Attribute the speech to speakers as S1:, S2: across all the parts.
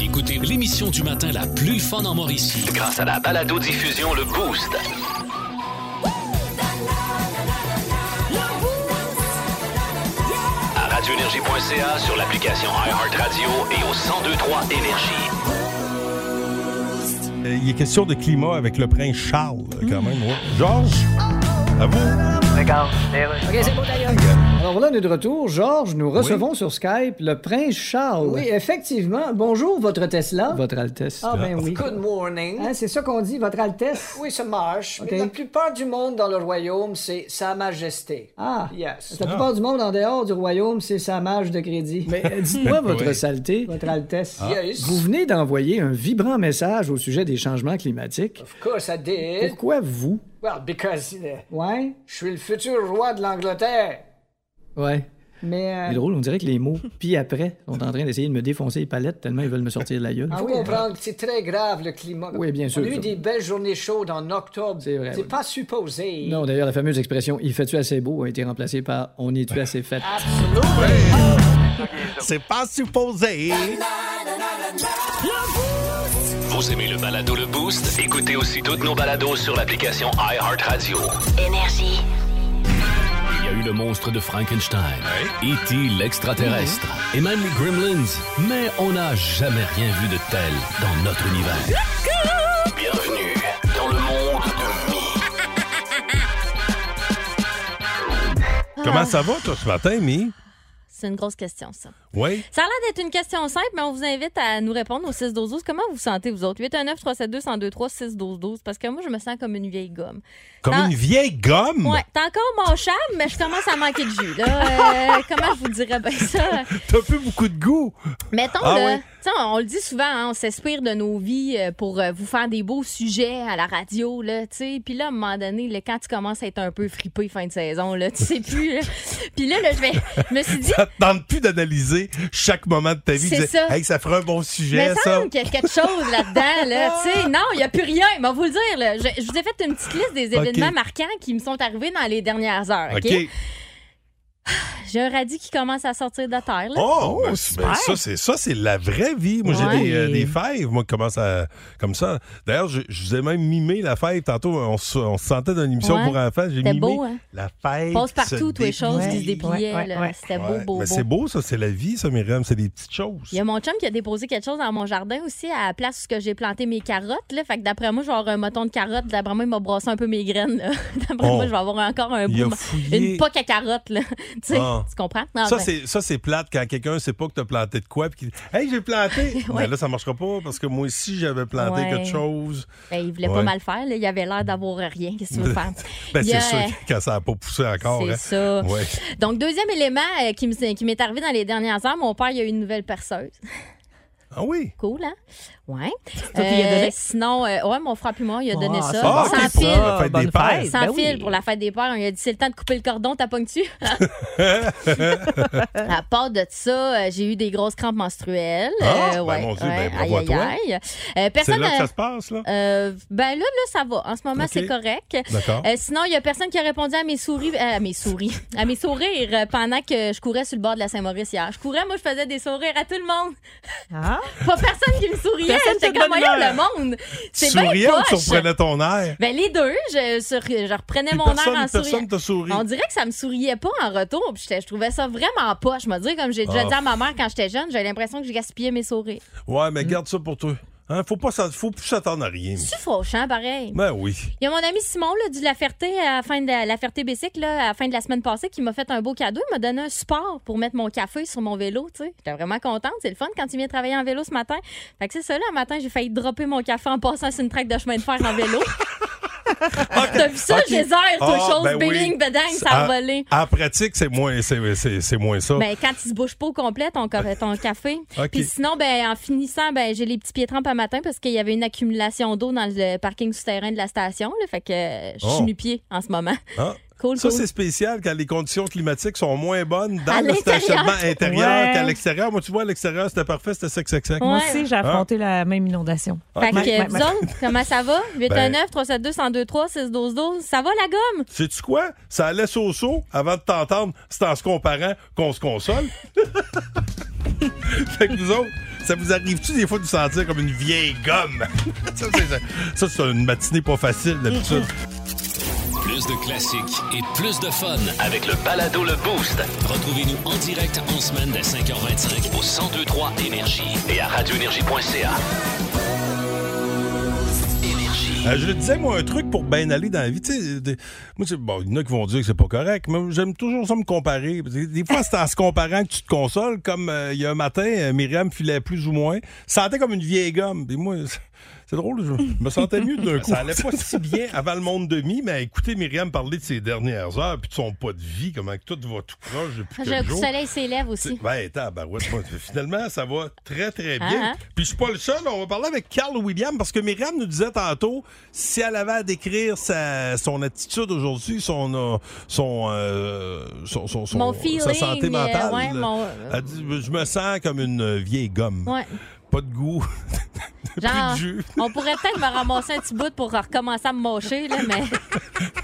S1: Écoutez l'émission du matin la plus fun en Mauricie.
S2: Grâce à la balado diffusion le boost. À radioénergie.ca sur l'application iHeartRadio et au 1023 énergie.
S3: Euh, Il est question de climat avec le prince Charles, euh, quand même. ouais. Georges, à vous.
S4: Alors voilà, on est de retour. Georges, nous recevons sur Skype le prince Charles.
S5: Oui, effectivement. Bonjour, votre Tesla.
S4: Votre Altesse.
S5: Ah ben oui.
S6: Good morning.
S5: Hein, c'est ça qu'on dit, votre Altesse.
S6: Oui, ça marche.
S5: Ok.
S6: Mais la plupart du monde dans le royaume, c'est Sa Majesté.
S5: Ah,
S6: Yes.
S5: la plupart du monde en dehors du royaume, c'est sa mage de crédit.
S4: Mais euh, dites-moi votre
S3: Oui.
S4: saleté.
S5: Votre Altesse.
S6: Ah. Yes.
S4: Vous venez d'envoyer un vibrant message au sujet des changements climatiques.
S6: Of course I did.
S4: Pourquoi vous?
S6: Well, because euh,
S5: Ouais,
S6: je suis le futur roi de l'Angleterre.
S4: Ouais.
S5: mais... euh,
S4: C'est drôle, on dirait que les mots puis après sont en train d'essayer de me défoncer les palettes tellement ils veulent me sortir de la gueule.
S5: Ah
S6: Faut
S5: oui,
S6: comprendre que c'est très grave le climat.
S4: Oui, bien sûr,
S6: On a eu
S4: ça.
S6: des belles journées chaudes en octobre.
S4: C'est vrai, oui.
S6: pas supposé.
S4: Non, d'ailleurs, la fameuse expression Il fait-tu assez beau a été remplacée par On est-tu assez fait.
S7: Ah.
S3: C'est pas supposé.
S2: Vous aimez le balado le boost Écoutez aussi toutes nos balados sur l'application iHeartRadio.
S8: Énergie.
S1: Il y a eu le monstre de Frankenstein, E.T. l'extraterrestre et même les Gremlins, mais on n'a jamais rien vu de tel dans notre univers.
S2: Bienvenue dans le monde de Mi.
S3: Comment ça va, toi, ce matin, Mi?
S9: C'est une grosse question, ça.
S3: Oui.
S9: Ça a l'air d'être une question simple, mais on vous invite à nous répondre au 6 12 12 Comment vous sentez, vous autres? 819 372 1023 6 12 12 Parce que moi, je me sens comme une vieille gomme.
S3: Comme
S9: Ah.
S3: une vieille gomme.
S9: Ouais, t'es encore mâchable, mais je commence à manquer de jus. Là. Euh, comment je vous dirais bien ça?
S3: T'as plus beaucoup de goût.
S9: Mettons,
S3: Ah
S9: là,
S3: ouais.
S9: tu sais, on, on le dit souvent, hein, on s'inspire de nos vies euh, pour euh, vous faire des beaux sujets à la radio, là, tu sais. Puis là, à un moment donné, là, quand tu commences à être un peu fripé fin de saison, là, tu sais plus. là. Puis là, là, je vais- je me suis dit,
S3: Ça te tente plus d'analyser chaque moment de ta vie.
S9: C'est
S3: Tu dis,
S9: ça.
S3: Hey, ça fera un bon
S9: Mais
S3: sujet,
S9: il
S3: ça.
S9: semble qu'il y a quelque chose là-dedans, là. tu sais, non, il n'y a plus rien. Mais on va vous le dire, là. Je, je vous ai fait une petite liste des
S3: Ok.
S9: événements marquants qui me sont arrivés dans les dernières heures. OK?
S3: OK.
S9: J'ai un radis qui commence à sortir de la terre, là.
S3: Oh, ben,
S9: super.
S3: ben, ça, c'est ça, c'est la vraie vie. Moi, j'ai
S9: Ouais.
S3: des, euh, des fèves, moi, qui commencent à, comme ça. D'ailleurs, je, je vous ai même mimé la fève. Tantôt, on, se- on se sentait dans une émission
S9: Ouais.
S3: pour enfants. J'ai
S9: C'était
S3: mimé
S9: beau, hein?
S3: la fève.
S9: Passe
S3: qui se
S9: partout, toutes les choses qui se
S3: déplie.
S9: dépliaient,
S5: Ouais, ouais,
S9: là.
S5: ouais.
S9: C'était
S3: Ouais.
S9: beau, beau,
S3: Mais
S9: beau.
S3: c'est beau, ça, c'est la vie, ça, Myriam. C'est des petites choses.
S9: Il y a mon chum qui a déposé quelque chose dans mon jardin aussi, à la place où ce que j'ai planté mes carottes. Là. Fait que d'après moi, je vais avoir un moton de carottes. D'après moi, il m'a brassé un peu mes graines. là. D'après
S3: Oh.
S9: moi, je vais avoir encore un
S3: Il a
S9: bout. de-
S3: fouillé.
S9: Une poque à carottes, là. tu sais,
S3: Ah.
S9: tu comprends? Non,
S3: Ça,
S9: ben,
S3: c'est, ça, c'est plate quand quelqu'un sait pas que t'as planté de quoi. Puis qu'il dit, Hey, j'ai planté.
S9: Ouais.
S3: Mais là, ça marchera pas parce que moi aussi, j'avais planté
S9: Ouais.
S3: quelque chose.
S9: ben, il voulait
S3: Ouais.
S9: pas mal faire. Là. Il avait l'air d'avoir rien. Qu'est-ce que tu veux faire?
S3: Ben,
S9: Il y a-
S3: c'est sûr que quand ça n'a pas poussé encore.
S9: C'est
S3: hein.
S9: ça.
S3: Ouais.
S9: Donc, deuxième élément euh, qui me- qui m'est arrivé dans les dernières heures, mon père, il a eu une nouvelle perceuse.
S3: Ah oui.
S9: Cool, hein? Ouais.
S5: qu'il a
S9: Euh,
S5: donné?
S9: sinon, euh, ouais, mon frère puis moi, il a donné
S5: Ah,
S9: ça.
S5: ça
S3: Ah,
S9: sans
S3: ok, pour
S9: fil.
S3: la fête des
S5: Bonne
S3: pères.
S5: fête.
S9: Sans
S5: Ben
S9: fil
S5: oui.
S9: pour la fête des pères. On lui a dit c'est le temps de couper le cordon, t'appognes-tu? à part de ça, euh, j'ai eu des grosses crampes menstruelles.
S3: Ah,
S9: Euh,
S3: ben
S9: ouais,
S3: mon Dieu, ben
S9: ouais.
S3: bravo à
S9: Aïe,
S3: toi.
S9: aïe, aïe. Euh,
S3: C'est
S9: personne.
S3: là que
S9: euh,
S3: ça se passe, là.
S9: euh, ben là, là, ça va. En ce moment,
S3: Ok.
S9: c'est correct.
S3: D'accord.
S9: Euh, sinon, il y a personne qui a répondu à mes souris, euh, à mes souris, à mes sourires euh, pendant que je courais sur le bord de la Saint-Maurice hier. Je courais, moi, je faisais des sourires à tout le monde.
S5: Ah?
S9: Pas personne qui me souriait.
S5: Personne
S9: J'étais
S5: te
S9: comme,
S5: donne
S9: voyons le
S5: l'heure.
S9: monde. C'est bien
S3: Souriais ou tu
S9: poche.
S3: reprenais ton air?
S9: Ben, les deux, je, sur- je reprenais
S3: Puis
S9: mon
S3: personne,
S9: air en souriant.
S3: personne te sourit.
S9: On dirait que ça me souriait pas en retour, puis j'étais- je trouvais ça vraiment pas. Je me dirais, comme j'ai déjà
S3: Ah.
S9: dit à ma mère quand j'étais jeune, j'ai l'impression que j'ai gaspillé mes sourires.
S3: Ouais, mais garde ça pour toi. Hein, faut pas s'en- faut plus s'attendre à rien. mais-
S9: C'est fauchant, pareil.
S3: Ben oui.
S9: Il y a mon ami Simon là, du La Ferté à la fin de la Ferté Bessic, là, à la fin de la semaine passée qui m'a fait un beau cadeau. Il m'a donné un support pour mettre mon café sur mon vélo. tu sais. J'étais vraiment contente. C'est le fun quand il vient travailler en vélo ce matin. Fait que c'est ça, là, un matin, j'ai failli dropper mon café en passant sur une traque de chemin de fer en vélo.
S3: Oh.
S9: Ah, T'as vu ça,
S3: Ah, Ok.
S9: j'ai gésère,
S3: Ah,
S9: toute chose,
S3: ben oui.
S9: bing, bedang, ça a
S3: Ah.
S9: volé.
S3: En pratique, c'est moins, c'est, c'est- c'est moins ça.
S9: Ben, quand il se bouge pas au complet, ton, ca- ton café.
S3: Ok.
S9: Puis sinon, ben, en finissant, ben, j'ai les petits pieds trempes à matin parce qu'il y avait une accumulation d'eau dans le parking souterrain de la station. Là, fait que euh, je suis
S3: Oh.
S9: nu-pied en ce moment.
S3: Hein?
S9: Cool,
S3: Ça,
S9: cool.
S3: c'est spécial quand les conditions climatiques sont moins bonnes dans
S9: À
S3: le stationnement intérieur
S5: Ouais.
S3: qu'à l'extérieur. Moi, tu vois, à l'extérieur, c'était parfait, c'était sec, sec, sec.
S9: Ouais.
S5: Moi aussi,
S3: Ah.
S5: j'ai affronté la même inondation.
S9: Fait que
S5: Ouais, ouais,
S9: vous
S5: ouais.
S9: autres, comment ça va?
S3: Ben.
S9: 819 372 1023 6 12 12 Ça va la gomme?
S3: Sais-tu quoi? Ça allait so-so avant de t'entendre. C'est en se comparant qu'on se console. fait que nous autres, Ça vous arrive-tu des fois de vous sentir comme une vieille gomme? ça, c'est- ça, c'est une matinée pas facile d'habitude.
S1: Plus de classiques et plus de fun.
S2: Avec le balado Le Boost
S1: Retrouvez-nous en direct en semaine dès 5h25
S2: au 1023 Énergie et à radioénergie.ca.
S3: Euh, je le disais, moi, un truc pour bien aller dans la vie. tu sais, des- moi, c'est- bon, il y en a qui vont dire que c'est pas correct, mais j'aime toujours ça me comparer. Parce que Des fois, c'est en se comparant que tu te consoles. Comme euh, il y a un matin, euh, Myriam filait plus ou moins. Sentait comme une vieille gomme. Puis moi, c'est- c'est drôle, je me sentais mieux d'un coup. Ça allait pas si bien avant le monde demi, mais écoutez Myriam parler de ses dernières heures, puis de son pas de vie, comment que tout va tout proche depuis
S9: J'ai un
S3: quelques
S9: coup de
S3: jours.
S9: soleil s'élève aussi.
S3: Ben, tabarouette, moi, finalement, ça va très, très bien.
S9: Ah, ah.
S3: Puis je suis pas le seul. On va parler avec Carl William parce que Myriam nous disait tantôt, si elle avait à décrire sa, son attitude aujourd'hui, son, euh, son, euh, son, son, son-
S9: Mon
S3: sa
S9: feeling,
S3: santé
S9: euh,
S3: mentale, Euh.
S9: ouais, mon-
S3: elle dit, je me sens comme une vieille gomme.
S9: Ouais.
S3: Pas de goût. Plus de
S9: Genre,
S3: jus.
S9: on pourrait peut-être me ramasser un petit bout pour recommencer à me mocher, là, mais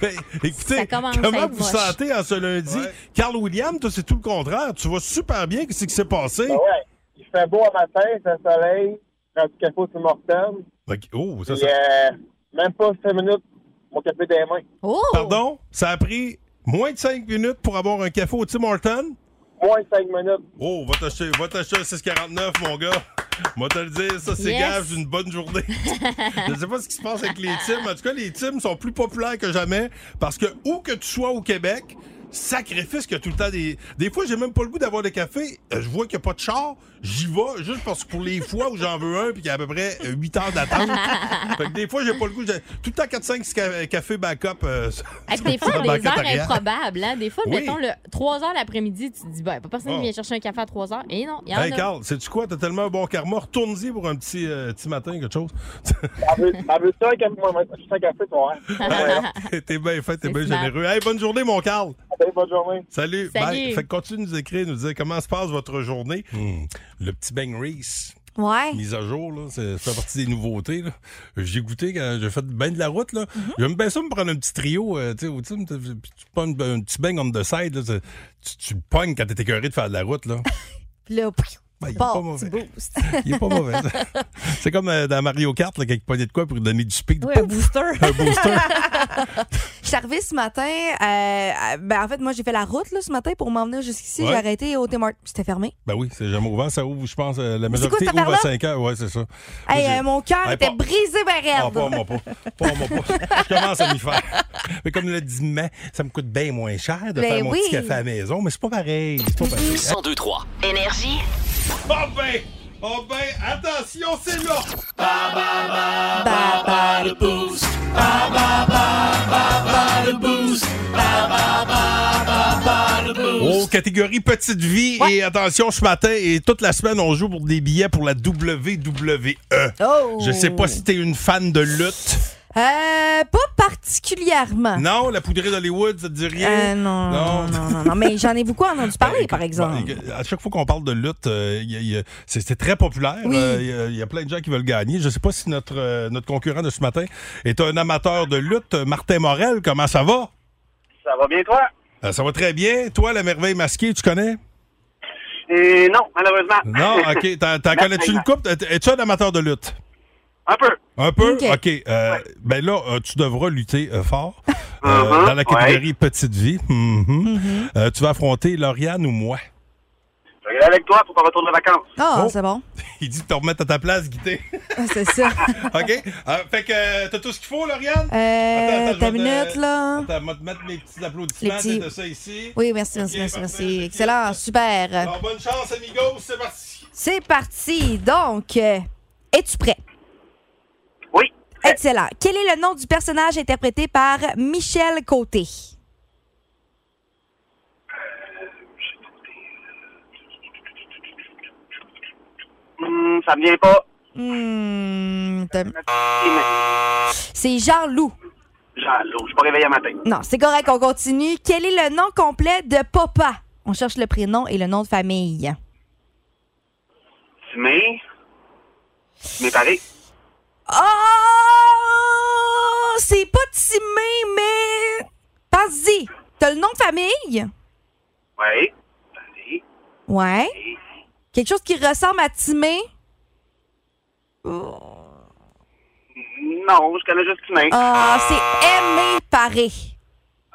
S3: Ben, écoutez,
S9: Ça commence à
S3: comment
S9: être
S3: vous
S9: moche.
S3: sentez en ce lundi? Carl William, toi, c'est tout le contraire. Tu vas super bien. Qu'est-ce qui s'est passé?
S8: Ah ouais, il fait beau à matin, il fait soleil, je prends du café sur Mortem.
S3: Ok. Oh, ça,
S8: Puis,
S3: ça.
S8: euh, même pas 5 minutes, mon café des mains.
S9: oh!
S3: Pardon, ça a pris moins de 5 minutes pour avoir un café au Tim Horton.
S8: Moins 5 minutes.
S3: Oh, va t'acheter, va t'acheter un 649, mon gars. Moi, te le dire, ça, c'est
S9: Yes.
S3: gage d'une bonne journée. Je sais pas ce qui se passe avec les Tims. En tout cas, les Tims sont plus populaires que jamais parce que où que tu sois au Québec, sacrifice qu'il y a tout le temps des. Des fois, j'ai même pas le goût d'avoir de café. Euh, Je vois qu'il n'y a pas de char. J'y vais juste parce que pour les fois où j'en veux un puis qu'il y a à peu près 8 heures d'attente. fait que des fois, j'ai pas le goût. J'ai- Tout le temps 4-5 ca- cafés backup. euh,
S9: Hey, puis des
S3: sur
S9: fois,
S3: la
S9: des
S3: banquette
S9: heures
S3: arrière.
S9: improbables. Hein? Des fois,
S3: Oui.
S9: mettons, le 3 heures l'après-midi, tu te dis, ben, pas personne
S3: Oh.
S9: qui vient chercher un café à 3 heures. Et non, il y en
S3: Hey
S9: a.
S3: Carl, sais-tu quoi? T'as tellement un bon karma. Retourne-y pour un petit, euh, petit matin, quelque chose.
S8: Elle veut- elle veut ça, un café, moi, je suis un café, toi. hein?
S3: t'es bien fait, t'es
S9: C'est
S3: bien
S9: smart.
S3: généreux. Hey, bonne journée, mon Carl.
S8: Allez, bonne journée.
S3: Salut.
S9: Salut.
S3: Bye. Fait que continue de nous écrire, nous dire comment se passe votre journée. Hmm, Le petit Bang Reese.
S5: Ouais.
S3: Mise à jour, là, c'est- ça fait partie des nouveautés. là. J'ai goûté quand j'ai fait bien de la route. là.
S9: Mm-hmm.
S3: J'aime bien ça me prendre un petit trio, euh, tu sais, au team, tu puis tu pognes un petit bang on the side, là, c'est- tu, tu le pognes quand t'es écœuré de faire de la route. là.
S5: Puis là, pfiou,
S3: Ben, il est
S5: bon,
S3: pas mauvais.
S5: petit boost.
S3: Il est pas mauvais. ça. C'est comme euh, dans Mario Kart, là, quand il pognait de quoi pour lui donner du speed.
S5: Ouais, un
S3: Pouf!
S5: booster.
S3: un booster.
S10: Je suis arrivée ce matin. euh, ben, en fait, moi, j'ai fait la route là, ce matin pour m'emmener jusqu'ici.
S3: Ouais.
S10: J'ai arrêté au Tim Hortons. C'était fermé.
S3: Ben oui, c'est jamais ouvert. Ça ouvre, je pense, euh, la
S10: c'est quoi
S3: majorité
S10: cette
S3: ouvre à
S10: affaire-là?
S3: 5 heures. Ouais, c'est ça. Moi,
S10: Hey,
S3: j'ai-
S10: euh, mon cœur
S3: Hey,
S10: était
S3: pas-
S10: brisé ben raide.
S3: Ah, pas moi pas. Pas moi pas. Je commence à m'y faire. Mais comme le dit mais ça me coûte bien moins cher de
S10: Ben
S3: faire mon
S10: oui.
S3: petit café à la maison, mais c'est pas pareil. C'est pas pareil.
S2: 1023.
S11: Énergie.
S3: Oh ben! Oh ben! Attention, c'est là!
S10: Bah, bah.
S3: Oh, catégorie petite vie. Et attention, ce matin et toute la semaine, on joue pour des billets pour la WWE.
S10: Oh.
S3: Je sais pas si t'es une fan de lutte.
S10: Euh, pas particulièrement.
S3: Non, la poudrée d'Hollywood, ça te dit rien?
S10: Euh,
S3: Non.
S10: non, non, non, non, non. Mais j'en ai beaucoup entendu
S3: Ben,
S10: parler, par exemple.
S3: Bon, À chaque fois qu'on parle de lutte, euh, il y a- il y a- c'est c'est très populaire.
S10: Oui.
S3: Euh, Il y a- il y, a plein de gens qui veulent gagner. Je ne sais pas si notre, euh, notre concurrent de ce matin est un amateur de lutte. Martin Morel, comment ça va?
S8: Ça va bien, toi?
S3: Euh, ça va très bien. Toi, la merveille masquée, tu connais?
S8: Et non, malheureusement.
S3: Non, OK. T'en t'en connais-tu une coupe? Euh, Es-tu un amateur de lutte?
S8: Un peu.
S3: Un peu? OK.
S10: OK.
S3: Euh, Ben là, euh, tu devras lutter euh, fort euh,
S8: Mhm,
S3: dans la catégorie Petite Vie. Mhm. Euh, tu vas affronter Lauriane ou moi?
S8: Je vais aller avec toi pour qu'on retourne de vacances.
S10: Ah,
S3: Oh.
S10: c'est bon.
S3: Il dit de te remettre à ta place, Guité.
S10: Ah, C'est ça.
S3: OK? Euh, fait que euh, t'as tout ce qu'il faut, Lauriane? Attends,
S10: Euh,
S3: attends,
S10: ta
S3: je vais te-
S10: minute, là.
S3: Attends, moi, te mettre mes petits applaudissements,
S10: Les petits.
S3: t'as ça ici.
S10: Oui, merci, merci,
S3: Ok,
S10: merci,
S3: parfait,
S10: merci.
S3: ok.
S10: Excellent, super.
S3: Alors, bonne chance, amigos, c'est parti.
S10: C'est parti. Donc, euh, es-tu prêt?
S8: Oui.
S10: Excellent. Quel est le nom du personnage interprété par Michel Côté?
S8: Hum, ça me vient pas.
S10: Hmm, t'as-
S8: Mais
S10: c'est Jean-Loup.
S8: Jaloux, je suis pas réveillé à matin.
S10: Non, c'est correct, on continue. Quel est le nom complet de Papa? On cherche le prénom et le nom de famille.
S8: Mais. Mais pareil.
S10: Oh! C'est pas Timé, mais. Pense-y. T'as le nom de famille?
S8: Oui. Pareil.
S10: Ouais. Quelque chose qui ressemble à Timé,
S8: Non, je connais juste Cumin.
S10: Ah, c'est aimé paré.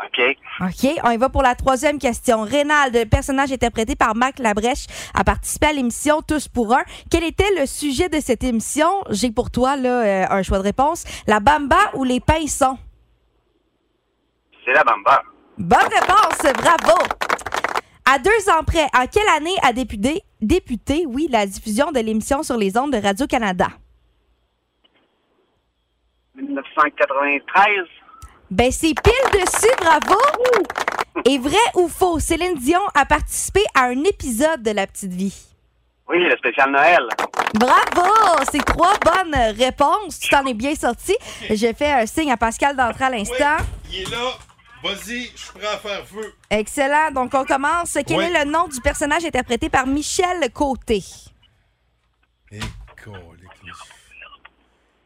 S8: OK.
S10: OK, on y va pour la troisième question. Rénal, le personnage interprété par Marc Labrèche, a participé à l'émission Tous pour un. Quel était le sujet de cette émission? J'ai pour toi là, euh, un choix de réponse. La bamba ou les pinsons?
S8: C'est la bamba.
S10: Bonne réponse, bravo! À deux ans près, en quelle année a député, député oui, la diffusion de l'émission sur les ondes de Radio-Canada?
S8: 1993.
S10: Ben, c'est pile dessus, bravo! Et vrai ou faux, Céline Dion a participé à un épisode de La Petite Vie.
S8: Oui, le spécial Noël.
S10: Bravo! C'est trois bonnes réponses. Tu t'en es bien sorti. J'ai fait un signe à Pascal d'entrer à l'instant.
S3: Il est là. Vas-y, je suis prêt à faire feu.
S10: Excellent. Donc, on commence. Quel
S3: Oui.
S10: est le nom du personnage interprété par Michel Côté?
S3: Et Eh, colique.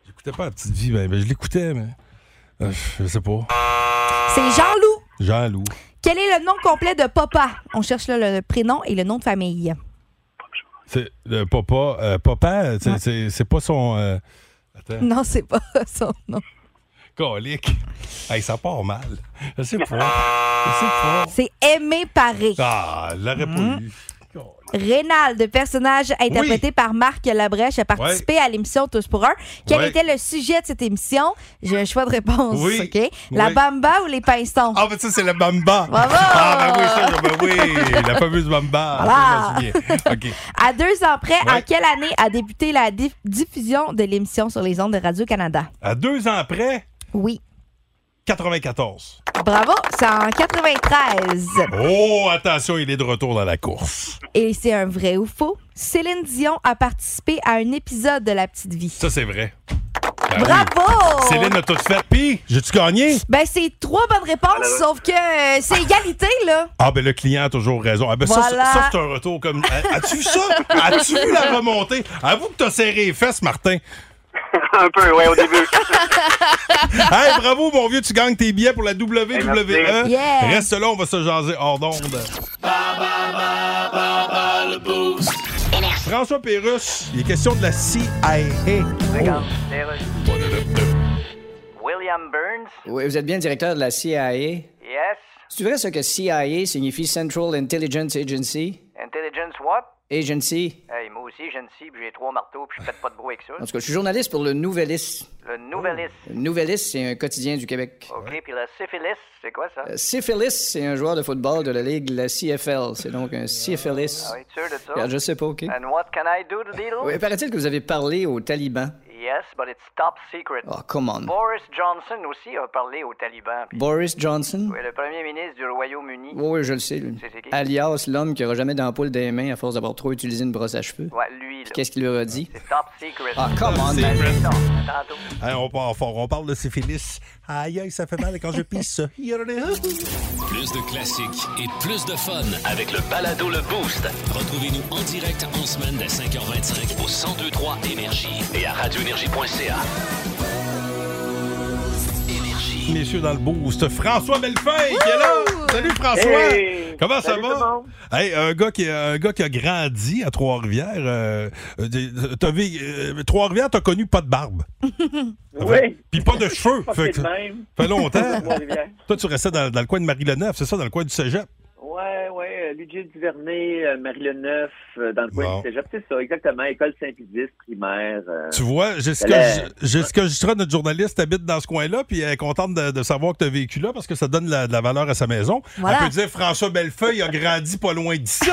S3: J'écoutais pas la petite vie, ben, ben, je l'écoutais, mais. euh, je sais pas.
S10: C'est Jean-Loup.
S3: Jean-Loup.
S10: Quel est le nom complet de Papa? On cherche là, le prénom et le nom de famille.
S3: Ah. C'est le papa. euh, papa, c'est- c'est c'est pas son. euh, Attends.
S10: Non, c'est pas son nom.
S3: Colique. Hey, ça part mal. Je sais pas. Je sais pas.
S10: C'est Aimé Paré.
S3: Ah, je l'aurais
S10: Hmm.
S3: pas eu. Colique.
S10: Rénal, de personnage interprété par Marc Labrèche, a participé à l'émission Tous pour un. Quel
S3: Ouais.
S10: était le sujet de cette émission? J'ai un choix de réponse.
S3: Oui.
S10: OK? La
S3: Oui.
S10: bamba ou les pinsons?
S3: Ah, ben ça, c'est la bamba.
S10: Bravo!
S3: Ah, ben oui, ça, ben oui, la fameuse bamba.
S10: Voilà.
S3: Ça, je me souviens. OK.
S10: À deux ans près,
S3: Ouais.
S10: en quelle année a débuté la dif- diffusion de l'émission sur les ondes de Radio-Canada?
S3: À deux ans après,
S10: Oui.
S3: 94.
S10: Bravo, c'est en 93.
S3: Oh, attention, il est de retour dans la course.
S10: Et c'est un vrai ou faux? Céline Dion a participé à un épisode de La Petite Vie.
S3: Ça, c'est vrai. Ben oui.
S10: Bravo!
S3: Céline a tout fait. Puis, j'ai-tu gagné?
S10: Ben, c'est trois bonnes réponses, sauf que euh, c'est égalité, là.
S3: Ah, ben le client a toujours raison. Ah, ben ça,
S10: Voilà.
S3: ça, ça, c'est un retour comme. Ah, As-tu vu ça? As-tu vu la remontée? Avoue que t'as serré les fesses, Martin.
S8: Un peu, ouais, au début.
S3: Hey, bravo, mon vieux, tu gagnes tes billets pour la WWE.
S8: merci.
S10: Yeah.
S3: Reste là, on va se jaser hors d'onde. François Pérusse, il est question de la CIA.
S11: William Burns?
S6: Oui, vous êtes bien le directeur de la CIA.
S11: Yes.
S6: C'est vrai ce que CIA signifie Central Intelligence Agency?
S11: Intelligence what?
S6: Agency.
S11: Hey, moi aussi, j'ai une scie, puis j'ai trois marteaux, puis je fais pas de bruit avec ça.
S6: En tout cas, je suis journaliste pour le Nouvelliste. Oh.
S11: Le nouvelis.
S6: Le Nouvelliste, c'est un quotidien du Québec.
S11: OK, puis la syphilis, c'est quoi ça?
S6: Euh, Syphilis, c'est un joueur de football de la ligue, la CFL. C'est donc un syphilis.
S11: Ah, es-tu sûr de ça?
S6: Regarde, je sais pas, OK?
S11: And what can I do to deal?
S6: Oui, paraît-il que vous avez parlé aux talibans.
S11: Yes, but it's top secret.
S6: Oh, come on.
S11: Boris Johnson aussi a parlé aux talibans. puis-
S6: Boris Johnson?
S11: Oui, le premier ministre du Royaume-Uni.
S6: Oui, oui, je le sais, lui.
S11: C'est- c'est qui?
S6: Alias, l'homme qui aura jamais d'ampoule des mains à force d'avoir trop utilisé une brosse à cheveux.
S11: Ouais, lui, là.
S6: Qu'est-ce qu'il leur a dit?
S12: Euh,
S11: C'est top secret.
S6: Ah, come on, man.
S11: Non, à tantôt.
S3: Hey, on part fort, on parle de syphilis. Aïe, aïe, ça fait mal quand je pisse.
S2: Plus de classiques et plus de fun.
S1: Avec le balado Le Boost.
S2: Retrouvez-nous en direct en semaine dès 5h25 au 1023 Énergie et à radioénergie.ca.
S3: Messieurs dans le boost, François Bellefeuille qui est là. Salut François.
S8: Hey.
S3: Comment ça
S8: Salut tout
S3: va?
S8: le monde.
S3: Hey, un, gars qui, un gars qui a grandi à Trois-Rivières. euh, euh, des- t'as vu, euh, Trois-Rivières, t'as connu pas de barbe.
S8: Oui.
S3: Puis pas de cheveux.
S8: Pas
S3: fait,
S8: fait de
S3: que-
S8: même.
S3: fait longtemps.
S8: Trois-Rivières.
S3: Toi, tu restais dans, dans le coin de Marie-Leneuve, c'est ça, dans le coin du cégep.
S8: Ouais, ouais, euh, Ludger Duvernay, euh, Marie-Leneuf, euh, dans le coin
S3: Bon.
S8: du Cégep, c'est ça, exactement, école Saint-Pédis, primaire. euh,
S3: Tu vois, Jessica,
S8: Elle,
S3: J- Jessica Jutra, notre journaliste, habite dans ce coin-là, puis elle est contente de, de savoir que tu as vécu là parce que ça donne la- de la valeur à sa maison.
S10: Voilà.
S3: Elle peut dire François Bellefeuille a grandi pas loin d'ici.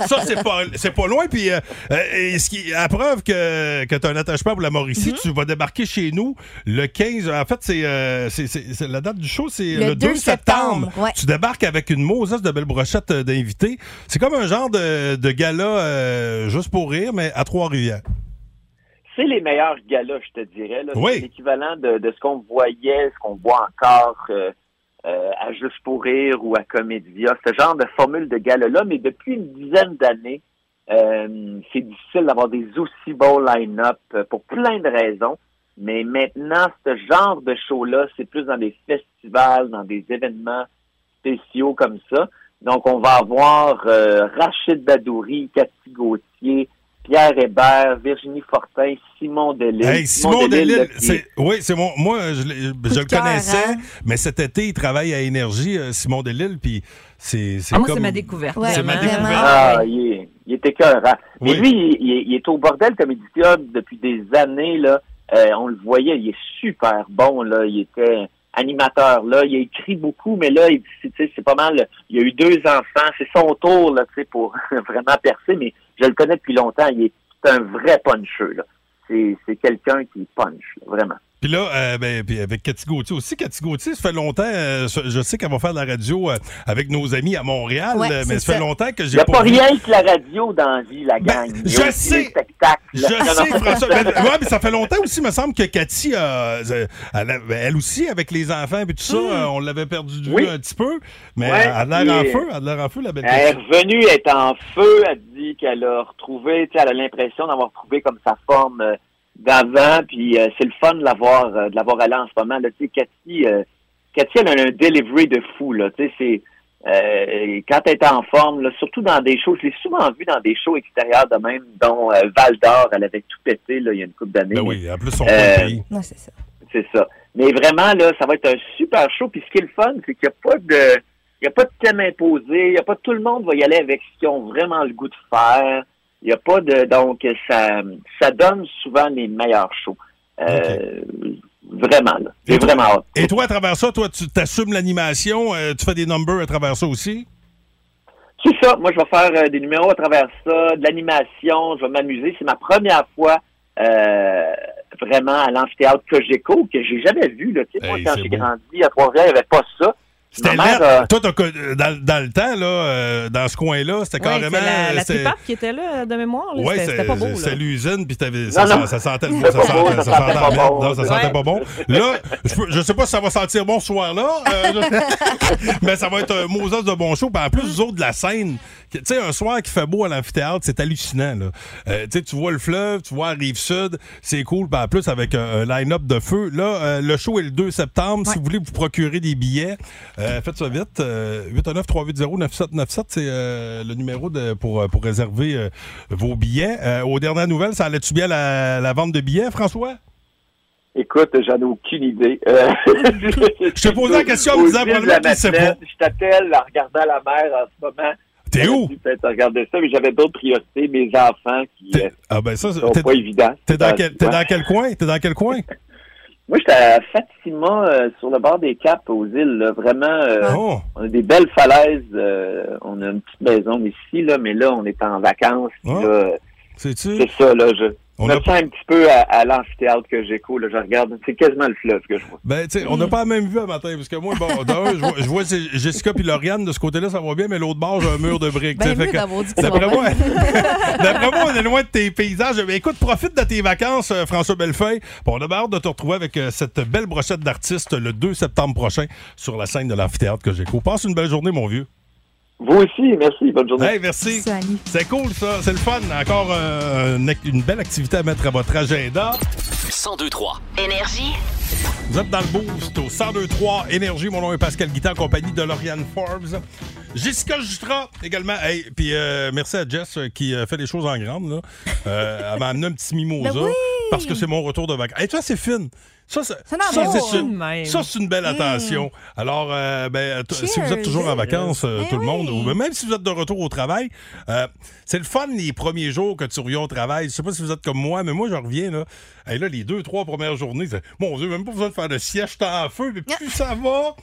S3: ça, c'est pas, c'est pas loin. Puis, euh, euh, et ce qui, à preuve que, que tu as un attachement pour la Mauricie,
S10: Mm-hmm.
S3: tu vas débarquer chez nous le 15. En fait, c'est, euh, c'est, c'est- c'est- la date du show, c'est
S10: Le
S3: le, 2
S10: 2 septembre. Ouais.
S3: Tu débarques avec une Moses de belles brochettes euh, d'invités. C'est comme un genre de, de gala euh, juste pour rire, mais à Trois-Rivières.
S8: C'est les meilleurs galas, je te dirais. Là.
S3: Oui.
S8: C'est l'équivalent de, de ce qu'on voyait, ce qu'on voit encore euh, euh, à Juste pour rire ou à Comédia. Ce genre de formule de gala-là, mais depuis une dizaine d'années, euh, c'est difficile d'avoir des aussi beaux line-up euh, pour plein de raisons. Mais maintenant, ce genre de show-là, c'est plus dans des festivals, dans des événements spéciaux comme ça. Donc, on va avoir euh, Rachid Badouri, Cathy Gauthier, Pierre Hébert, Virginie Fortin, Simon Delille.
S3: Hey, Simon Delille,
S8: qui-
S3: c'est- oui, c'est mon, moi, je, l'ai- je le
S8: cœur,
S3: connaissais,
S8: hein?
S3: mais cet été, il travaille à Énergie, euh, Simon Delille, puis c'est c'est
S8: Ah,
S3: comme...
S8: moi, c'est ma
S13: découverte.
S3: c'est ma découverte.
S8: Ah, il est, il est écœurant.
S10: Ah,
S8: Mais lui, il, il est- il est au bordel comme il depuis des années. Là. Euh, on le voyait, il est super bon. Là. Il était animateur. Là. Il a écrit beaucoup, mais là, il- c'est tu sais, c'est pas mal. Il a eu deux enfants. C'est son tour là, tu sais, pour vraiment percer, mais je le connais depuis longtemps. Il est un vrai puncheux. là. C'est c'est quelqu'un qui punch, là, vraiment.
S3: Puis là, euh, ben, puis avec Cathy Gauthier aussi. Cathy Gauthier, ça fait longtemps, euh, je je sais qu'elle va faire de la radio euh, avec nos amis à Montréal,
S8: Ouais,
S3: euh,
S8: c'est
S3: mais ça
S8: ça.
S3: fait longtemps que
S8: Il
S3: j'ai
S8: n'y a pas
S3: vu- Ben,
S8: rien que la radio dans la vie, la gang. Il y a
S3: je
S8: aussi
S3: sais.
S8: les spectacles.
S3: Je sais, François. ben- Mais, ouais, mais ça fait longtemps aussi, il me semble que Cathy, euh, elle, elle- elle aussi, avec les enfants et tout ça, euh, on l'avait perdu de vue
S8: Hmm. Oui.
S3: un petit peu. Mais
S8: Ouais,
S3: elle a l'air en
S8: puis, Eh
S3: feu, elle a l'air en feu, la belle
S8: Elle est
S3: Cathy.
S8: revenue, elle est en feu, elle dit qu'elle a retrouvé, tu sais, elle a l'impression d'avoir retrouvé comme sa forme euh, d'avant, puis euh, c'est le fun de l'avoir euh, de l'avoir allée en ce moment. Là, tu sais, Cathy, euh, Cathy, elle a un delivery de fou, là, tu sais, c'est... euh, quand elle est en forme, là, surtout dans des shows, je l'ai souvent vu dans des shows extérieurs de même, dont euh, Val d'Or, elle avait tout pété là, il y a une couple d'années.
S3: Ben oui, en plus, on
S8: Euh,
S3: voit le pays.
S10: Non, c'est ça.
S8: c'est ça. Mais vraiment, là, ça va être un super show. Puis ce qui est le fun, c'est qu'il n'y a pas de. Il y a pas de thème imposé. Il y a pas tout le monde va y aller avec ce qu'ils ont vraiment le goût de faire. Il y a pas de. Donc, ça, ça donne souvent les meilleurs shows. Euh, Vraiment, là. J'ai vraiment hâte.
S3: Et toi, à travers ça, toi, tu t'assumes l'animation, euh, tu fais des numbers à travers ça aussi?
S8: C'est ça. Moi, je vais faire euh, des numéros à travers ça, de l'animation. Je vais m'amuser. C'est ma première fois euh, vraiment à l'amphithéâtre Cogeco que j'ai jamais vu. Là. Tu sais, moi,
S3: Hey,
S8: quand
S3: c'est
S8: j'ai
S3: beau.
S8: grandi à Trois-Rivières, il n'y avait pas ça.
S3: C'était
S8: Ma mère,
S3: là, toi, t'as connu- dans, dans le temps, là, euh, dans ce coin-là, c'était
S13: Ouais,
S3: carrément...
S13: c'est la, la
S3: c'était-
S13: triparte qui était là, euh, de mémoire. là,
S3: Ouais,
S13: c'était- c'était pas beau.
S3: c'est-
S13: là.
S3: c'est l'usine, puis t'avais-
S13: Non,
S3: ça,
S13: non.
S3: ça sentait
S13: C'était
S3: le
S13: pas
S3: ça sentait-
S13: beau, ça
S3: ça sentait
S13: sentait pas
S3: la merde.
S13: bon.
S3: Non, ça sentait
S13: Ouais.
S3: pas bon. Là, je, peux- je sais pas si ça va sentir bon ce soir-là, euh, je- mais Ben, ça va être un Moses de bon show. Puis en plus, vous autres, de la scène, tu sais, un soir qui fait beau à l'amphithéâtre, c'est hallucinant. Là. Euh, tu sais, tu vois le fleuve, tu vois la Rive-Sud, c'est cool. Puis en plus, avec un, un line-up de feu. Là, euh, le show est le 2 septembre. Si vous voulez vous procurer des billets, euh, faites ça vite. Euh, 819-380-9797, c'est euh, le numéro de, pour, euh, pour réserver euh, vos billets. Euh, aux dernières nouvelles, ça allait-tu bien la, la vente de billets, François?
S8: Écoute, j'en ai aucune idée. Euh, je
S3: te posais la question en me disant, probablement qu'il sait pas.
S8: Je t'appelle en regardant la mer en ce moment.
S3: T'es où?
S8: Peut-être regarder ça, mais j'avais d'autres priorités, mes enfants qui euh,
S3: Ah ben ça, c'est-
S8: sont
S3: t'es
S8: pas évidents.
S3: t'es dans, quel- t'es
S8: Ouais.
S3: dans quel coin? T'es dans quel coin?
S8: Moi, j'étais à Fatima, euh, sur le bord des Caps, aux îles. là. Vraiment, euh,
S3: Oh.
S8: on a des belles falaises. euh, on a une petite maison ici, là, mais là, on est en vacances. puis
S3: Oh.
S8: là,
S3: C'est-tu?
S8: c'est ça, là. Je,
S3: On
S8: me
S3: a-
S8: sens un petit peu à, à l'amphithéâtre que j'écoute. là. Je regarde, c'est quasiment le fleuve que je vois.
S3: Ben, tu sais, on n'a pas la même vue à matin, parce que moi, bon, d'un, je vois, je vois Jé- Jessica puis Lauriane de ce côté-là, ça va bien, mais l'autre bord, j'ai un mur de briques. tu sais,
S13: Ben,
S3: fait
S13: mieux
S3: que-
S13: d'avoir dit que ça va
S3: D'après
S13: bien.
S3: moi, d'après moi, on est loin de tes paysages. Ben, écoute, profite de tes vacances, euh, François Bellefeuille. Bon, on a bien hâte de te retrouver avec euh, cette belle brochette d'artistes le 2 septembre prochain sur la scène de l'amphithéâtre que j'écoute. Passe une belle journée, mon vieux.
S8: Vous aussi, merci. Bonne journée.
S3: Hey, merci. C'est cool, ça. C'est le fun. Encore euh, une, ac- une belle activité à mettre à votre agenda.
S2: 1023.
S14: Énergie.
S3: Vous êtes dans le boost au 1023 Énergie. Mon nom est Pascal Guitan, en compagnie de Lauriane Forbes. Jessica Jutra également. Hey, puis euh, merci à Jess euh, qui euh, fait les choses en grande. Là. Euh, elle m'a amené un petit mimosa
S13: Ben oui!
S3: parce que c'est mon retour de vacances. Et toi, c'est fine. Ça, ça-
S13: Ça
S3: ça,
S13: n'en
S3: c'est
S13: vaut
S3: une,
S13: de même.
S3: ça, c'est une belle attention. Alors, euh, ben, t- si vous êtes toujours en vacances, euh, tout le monde, ou même si vous êtes de retour au travail, euh, c'est le fun les premiers jours que tu reviens au travail. Je sais pas si vous êtes comme moi, mais moi, je reviens, là. Et là, les deux, trois premières journées, c'est- mon Dieu, même pas besoin de faire de siège, j'étais en feu, mais plus ça va,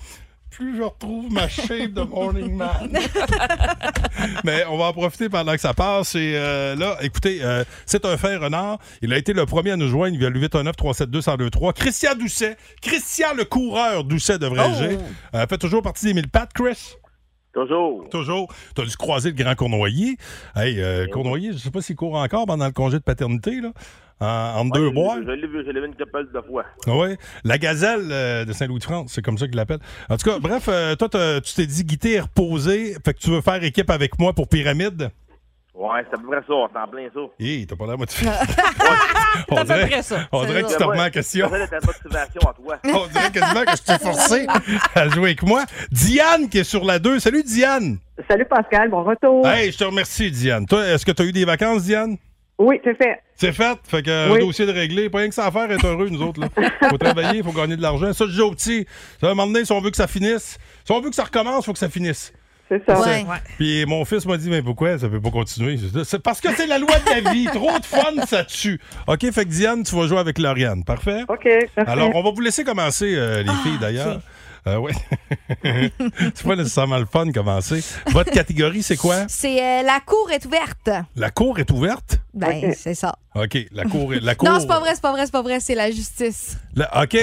S3: plus je retrouve ma shape de Morning Man. Mais on va en profiter pendant que ça passe. Et euh, là, écoutez, euh, c'est un fin renard. Il a été le premier à nous joindre via le 819-372-1023. Christian Doucet. Christian le coureur Doucet, devrais-je
S12: Oh!
S3: dire. Euh, fait toujours partie des mille pattes, Chris. Toujours. Toujours. Tu as dû croiser le grand Cournoyer. Hey, euh, Cournoyer, je sais pas s'il court encore pendant le congé de paternité, là. En, entre deux
S12: Ouais, je-
S3: boires.
S12: Je l'ai vu, je l'ai vu une couple de fois.
S3: Oui, la gazelle euh, de Saint-Louis-de-France, c'est comme ça qu'ils l'appellent. En tout cas, bref, euh, toi, t'as- tu t'es dit guité et reposé, fait que tu veux faire équipe avec moi pour Pyramide.
S12: Ouais, c'est à peu près ça, c'est en plein ça.
S3: Hé, t'as pas l'air motivé.
S12: C'est
S3: on
S12: à peu
S3: dirait,
S12: près ça.
S3: on
S12: C'est
S3: dirait que tu te
S12: ça.
S3: remets en question.
S12: Ça, c'est ta motivation à toi.
S3: On dirait quasiment que je t'ai forcé à jouer avec moi. Diane qui est sur la 2. Salut Diane.
S15: Salut Pascal, bon retour.
S3: Hey, je te remercie Diane. Toi, est-ce que tu as eu des vacances Diane?
S14: Oui, c'est fait.
S3: C'est fait, fait que euh,
S14: Oui.
S3: le dossier de réglé, pas rien que ça à faire, être heureux, nous autres. Il faut travailler, il faut gagner de l'argent. Ça, je dis aux petits, ça, à un moment donné, si on veut que ça finisse, si on veut que ça recommence, il faut que ça finisse.
S14: C'est ça.
S3: C'est ça. Puis mon fils m'a dit, mais pourquoi ça peut pas continuer? Je dis, C'est parce que c'est la loi de la vie. Trop de fun, ça tue. OK, fait que Diane, tu vas jouer avec Lauriane. Parfait?
S14: OK. parfait.
S3: Alors, on va vous laisser commencer, euh,
S13: Ah,
S3: les filles, d'ailleurs. Euh, ouais. c'est pas nécessairement le fun de commencer. Votre catégorie, c'est quoi?
S10: C'est euh, la cour est ouverte.
S3: La cour est ouverte?
S10: Ben, c'est ça.
S3: OK, la cour est. La cour...
S10: Non, c'est pas vrai, c'est pas vrai, c'est pas vrai, c'est la justice.
S3: La- OK.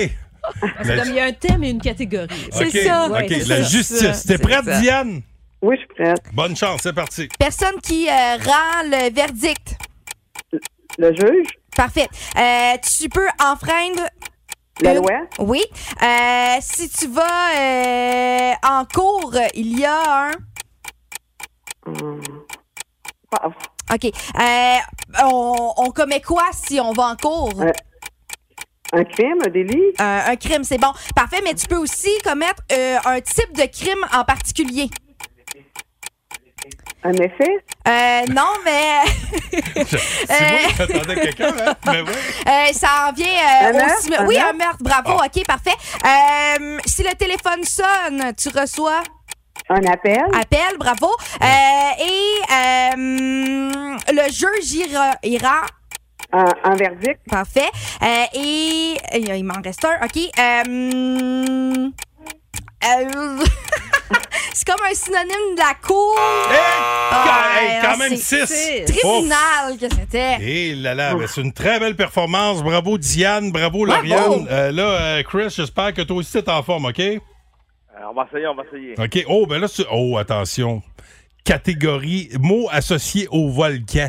S3: La-
S13: Comme il y a un thème et une catégorie.
S3: OK, OK, la justice. T'es prête,
S10: ça.
S3: Diane?
S14: Oui, je suis prête.
S3: Bonne chance, c'est parti.
S10: Personne qui euh, rend le verdict.
S14: Le juge?
S10: Parfait. Euh, tu peux enfreindre.
S14: La
S10: une-
S14: loi?
S10: Oui. Euh, si tu vas euh, en cours, il y a un.
S14: Hmm.
S10: OK. Euh, on, on commet quoi si on va en cours?
S14: Euh,
S10: Euh,
S14: Un crime, un délit?
S10: un crime, c'est bon. Parfait, mais tu peux aussi commettre euh, un type de crime en particulier.
S14: Un effet?
S10: Euh, non, mais
S13: Eh.
S3: C'est moi qui attendais quelqu'un, hein? Mais ouais.
S10: euh, ça en vient euh,
S14: Un
S10: au
S14: meurtre,
S10: cimetière.
S14: un
S10: Oui,
S14: meurtre.
S10: un meurtre, bravo,
S14: Ah.
S10: ok, parfait. Euh, si le téléphone sonne, tu reçois
S14: Un appel?
S10: appel, bravo. Euh, et euh, le juge ira. ira.
S14: Un, un verdict?
S10: Parfait. Euh, et il il m'en reste un, ok. Euh, euh, c'est comme un synonyme de la cour. Ah,
S3: hey, quand
S10: non,
S3: même six.
S10: c'est- c'est
S3: Six.
S10: Tribunal que c'était.
S3: Et là là, ben, c'est une très belle performance. Bravo Diane, bravo Lauriane. Euh, là, euh, Chris, j'espère que toi aussi t'es en forme, OK?
S12: Euh, on va essayer, on va essayer.
S3: OK. Oh, ben là, tu- oh, attention. Catégorie mots associés au volcan.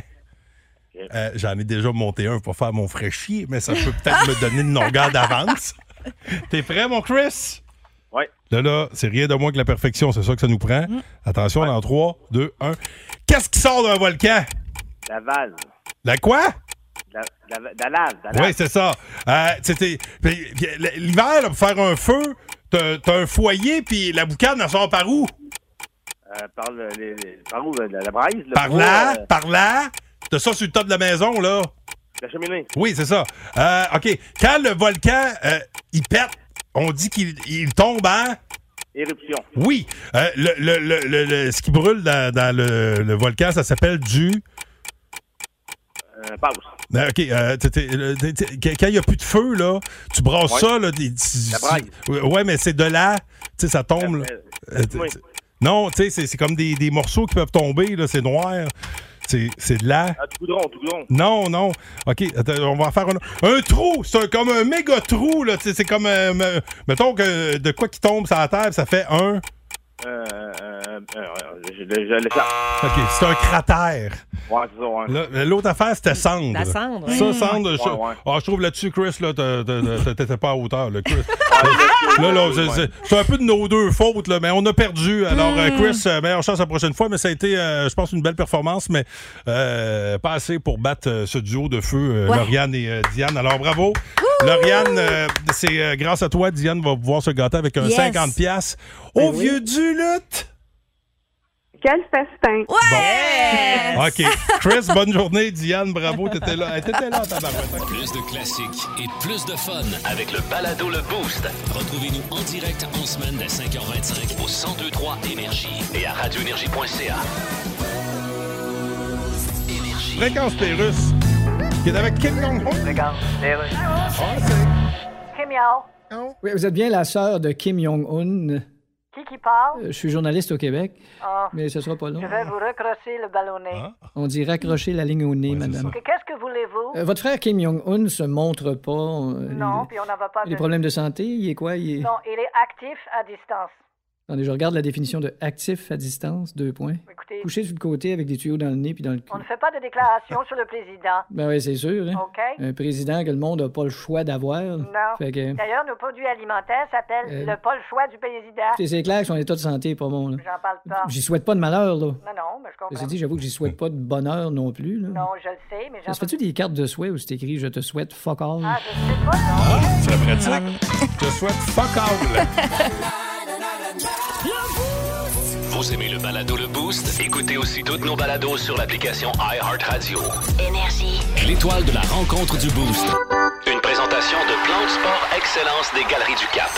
S3: Euh, J'en ai déjà monté un pour faire mon fraîchier, mais ça peut peut-être me donner une longueur d'avance. T'es prêt, mon Chris?
S12: Ouais.
S3: Là, là, c'est rien de moins que la perfection, c'est ça que ça nous prend. Attention, dans 3, 2, 1. Qu'est-ce qui sort d'un volcan?
S12: La valve.
S3: La quoi?
S12: La, la, la lave. La lave.
S3: Oui, c'est ça. Euh, c'était- puis, puis, L'hiver, là, pour faire un feu, t'as t'as un foyer, puis la boucane, elle sort par où?
S12: Euh, par, le, les- les- par où? La, la braise? le
S3: Par
S12: bois,
S3: là,
S12: euh,
S3: par là. T'as ça sur le top de la maison, là.
S12: La cheminée.
S3: Oui, c'est ça. Euh, OK. Quand le volcan, euh, il pète, on dit qu'il il tombe en...
S12: Éruption.
S3: Oui. Euh, le, le- le- le- le- ce qui brûle dans, dans le, le volcan, ça s'appelle du...
S12: Euh, pause.
S3: Euh, OK. euh, t'es- t'es- euh, t'es- t'es- quand quand il n'y a plus de feu, là, tu brasses
S12: Ouais.
S3: ça, là. des- tu-
S12: La braille.
S3: tu- ouais, mais c'est de là. Tu sais, ça tombe, là.
S12: Euh,
S3: Euh, t- t- Non, tu sais, c'est- c'est comme des, des morceaux qui peuvent tomber, là. C'est noir. C'est c'est de là.
S12: Ah, du goudron, du goudron.
S3: Non, non. OK, attends, on va en faire un, un trou. C'est un- comme un méga trou, là. Tu sais, C'est comme. euh, me- mettons que de quoi qui tombe sur la terre, ça fait un.
S12: Euh, euh, euh, je, je, je l'échappe.
S3: OK, c'est un cratère.
S12: Ouais, c'est ça, ouais.
S3: Là, L'autre affaire, c'était cendre.
S12: La cendre, ouais.
S3: Ça, cendre.
S12: Ouais,
S3: je,
S12: ouais.
S3: Ah, je trouve là-dessus, Chris, là, t'as- t'as- t'as- t'étais pas à hauteur. Là, Chris. là, là, c'est- c'est- c'est un peu de nos deux fautes, là, mais on a perdu. Alors, euh, Chris, euh, meilleure chance la prochaine fois, mais ça a été, euh, je pense, une belle performance, mais euh, pas assez pour battre euh, ce duo de feu, euh,
S15: Ouais.
S3: Lauriane et euh, Diane. Alors, bravo. Lauriane, euh, c'est euh, grâce à toi, Diane va pouvoir se gâter avec un
S14: Yes.
S3: 50 pièces au vieux du lutte.
S14: Quel festin!
S10: Ouais!
S3: OK. Chris, bonne journée. Diane, bravo, t'étais là. Elle était là, tabarouette.
S2: Plus de classiques et plus de fun avec le balado Le Boost. Retrouvez-nous en direct en semaine dès 5h25 au 1023 Énergie et à radioénergie.ca.
S3: Fréquence Pérusse, qui est avec Kim Jong-un.
S7: Hey, miaou.
S4: Oui, vous êtes bien la sœur de Kim Jong-un.
S7: Qui qui parle?
S4: Euh, Je suis journaliste au Québec,
S7: Ah,
S4: mais ce sera pas long.
S7: je vais vous recrosser le ballonnet.
S4: On dit raccrocher la ligne au nez, madame.
S7: Que- Qu'est-ce que voulez-vous?
S4: Euh, votre frère Kim Jong-un se montre pas. euh,
S7: non,
S4: il-
S7: puis on n'en va
S4: il
S7: pas
S4: a des
S7: de...
S4: problèmes de santé, il est quoi? Il est...
S7: Non, il est actif à distance.
S4: Attendez, je regarde la définition de actif à distance, deux points.
S7: Écoutez-
S4: Couché sur le côté avec des tuyaux dans le nez puis dans le cul.
S7: On ne fait pas de déclaration sur le président.
S4: Ben oui, c'est sûr. Hein?
S7: OK.
S4: Un président que le monde n'a pas le choix d'avoir.
S7: Non.
S4: Fait que-
S7: D'ailleurs, nos produits alimentaires s'appellent
S4: Euh,
S7: le Paul choix du président.
S4: C'est- C'est clair que son état de santé est pas bon. là.
S7: J'en parle pas.
S4: J'y souhaite pas de malheur, là.
S7: Non, non, mais je comprends.
S4: Ceci dit, j'avoue que j'y souhaite pas de bonheur non plus. Là.
S7: Non, je le sais, mais
S4: Ça
S7: j'en
S4: se fait-tu des cartes de souhait où c'est écrit Je te souhaite fuck all?
S7: Ah, je sais pas, non.
S3: C'est pratique. Je te souhaite fuck all.
S2: Vos
S8: Vous aimez le balado Le Boost? Écoutez aussi toutes nos balados sur l'application iHeartRadio.
S7: Énergie.
S8: L'étoile de la rencontre du Boost. Une présentation de Plan de Sport Excellence des Galeries du Cap.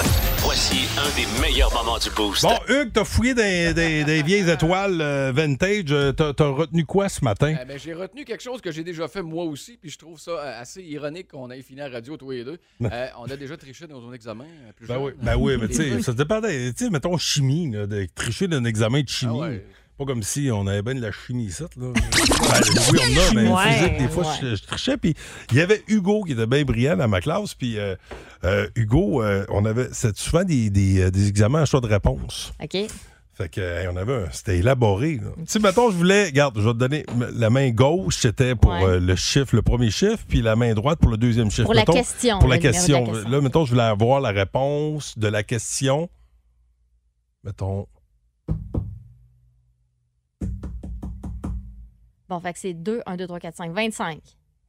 S8: Voici un des meilleurs moments du Boost.
S3: Bon, Hugues, t'as fouillé des, des- des vieilles étoiles euh, vintage. Euh, T'as t'as retenu quoi ce matin?
S6: Eh ben, j'ai retenu quelque chose que j'ai déjà fait moi aussi, puis je trouve ça euh, assez ironique qu'on ait fini à radio, toi et deux. Euh, on a déjà triché dans un examen euh, plus
S3: Ben
S6: jeune.
S3: oui, ben oui, mais tu sais, ça dépend. des- Tu sais, mettons chimie, là, de tricher d'un examen
S6: Ah
S3: de chimie. Pas comme si on avait bien de la chimie, ça. Là. ben, oui, on a, mais
S6: Ouais,
S3: physique, des fois,
S6: ouais.
S3: je, je trichais. Puis il y avait Hugo qui était bien brillant dans ma classe. Puis euh, euh, Hugo, euh, on avait c'était souvent des, des, euh, des examens à choix de réponse.
S9: OK.
S3: Fait que, hey, on avait un- C'était élaboré. là. Tu sais, mettons, je voulais. Regarde, je vais te donner. m- La main gauche, c'était pour euh, le chiffre, le premier chiffre, puis la main droite pour le deuxième chiffre.
S9: Pour la
S3: Mettons,
S9: question,
S3: Pour la
S9: le numéro de la
S3: question.
S9: question.
S3: Là, mettons, je voulais avoir la réponse de la question. Mettons.
S9: Bon, fait que c'est 2, 1, 2, 3, 4, 5, 25.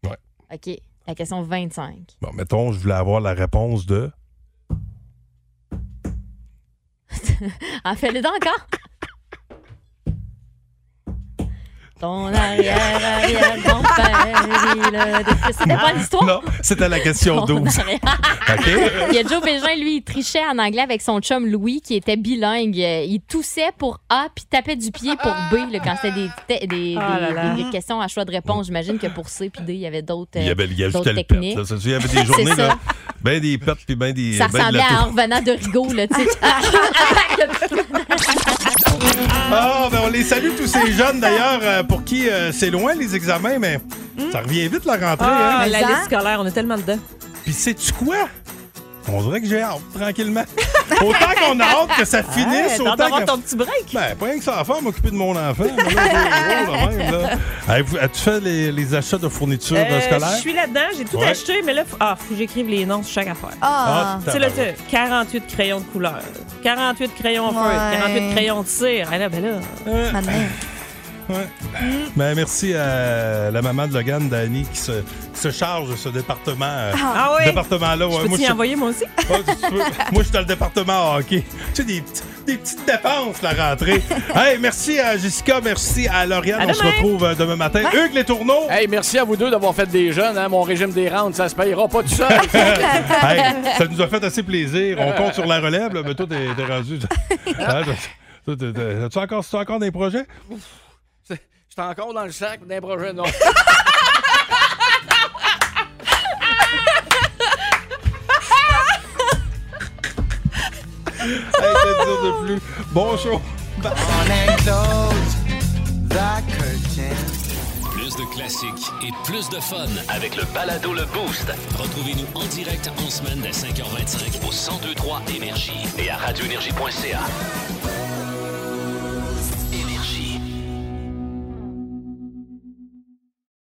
S3: Ouais.
S9: OK. La question 25.
S3: Bon, mettons, je voulais avoir la réponse de.
S9: En Ah, fais-le donc encore. Ton arrière, arrière, ton père, il a des- C'était pas l'histoire.
S3: Non, c'était la question
S9: Ton
S3: 12.
S9: arrière-
S3: OK?
S9: Il y a Joe Bégin, lui, il trichait en anglais avec son chum Louis, qui était bilingue. Euh, Il toussait pour A, puis tapait du pied pour B, là, quand c'était des, te- des-
S16: Ah là
S9: des-
S16: là.
S9: des questions à choix de réponse. J'imagine que pour C puis D, il y avait d'autres euh,
S3: Il y avait le gars,
S9: d'autres
S3: j'étais le pet.
S9: techniques.
S3: Là. Ça, il y avait des
S9: C'est
S3: journées,
S9: ça.
S3: là. Ben des pertes, puis ben des.
S9: Ça
S3: ben de la
S9: ressemblait à
S3: tour-
S9: en revenant de Rigaud, là, tu sais.
S3: Ah, ben on les salue tous ces jeunes d'ailleurs euh, pour qui euh, c'est loin les examens, mais
S9: Hmm.
S3: ça revient vite la rentrée.
S10: Ah,
S3: hein.
S10: la liste scolaire, on est tellement dedans.
S3: Puis sais-tu quoi? On dirait que j'ai hâte, tranquillement. autant qu'on a hâte que ça finisse,
S10: t'as hâte
S3: autant
S10: d'avoir
S3: que-
S10: ton petit break.
S3: Ben, pas rien que ça à faire, m'occuper de mon enfant. Mais là, c'est drôle, de même, là. Hey, vous- As-tu fait les, les achats de fournitures euh,
S10: Euh,
S3: scolaires?
S10: je suis là-dedans, j'ai tout
S3: Ouais.
S10: acheté, mais là, faut- ah, faut que j'écrive les noms sur chaque affaire.
S3: Ah. Ah,
S10: tu sais, là, tu sais, 48 crayons de couleur, 48 crayons à feu,
S17: Ouais.
S10: 48 crayons de cire. Ah là, ben là.
S3: Euh. Ouais. Ben, merci à la maman de Logan, Dani, qui se, qui se charge de ce département. euh,
S10: Ah ouais?
S3: Département-là. ouais.
S10: Je peux
S3: Moi,
S10: t'y
S3: je-
S10: envoyer, moi aussi?
S3: Ouais, si tu veux. Moi, je suis dans le département hockey. Tu sais, des, petits- des petites dépenses, la rentrée. hey, merci à Jessica, merci à Lauriane.
S6: À
S3: On se
S6: demain.
S3: retrouve euh, demain matin. Hugues, les tourneaux.
S6: Hey, merci à vous deux d'avoir fait des jeunes. hein. Mon régime des rentes, ça se payera pas tout seul.
S3: Hey, ça nous a fait assez plaisir. On compte sur la relève, là, mais toi, t'es t'es rendu. Hein, toi, t'es- t'es- As-tu encore, as encore des projets?
S6: J'étais encore dans le sac d'un projet, non.
S3: Hey, que dire de plus? Bonjour.
S8: Plus de classiques et plus de fun avec le balado Le Boost. Retrouvez-nous en direct en semaine dès 5h25 au 1023 Énergie et à radioénergie.ca.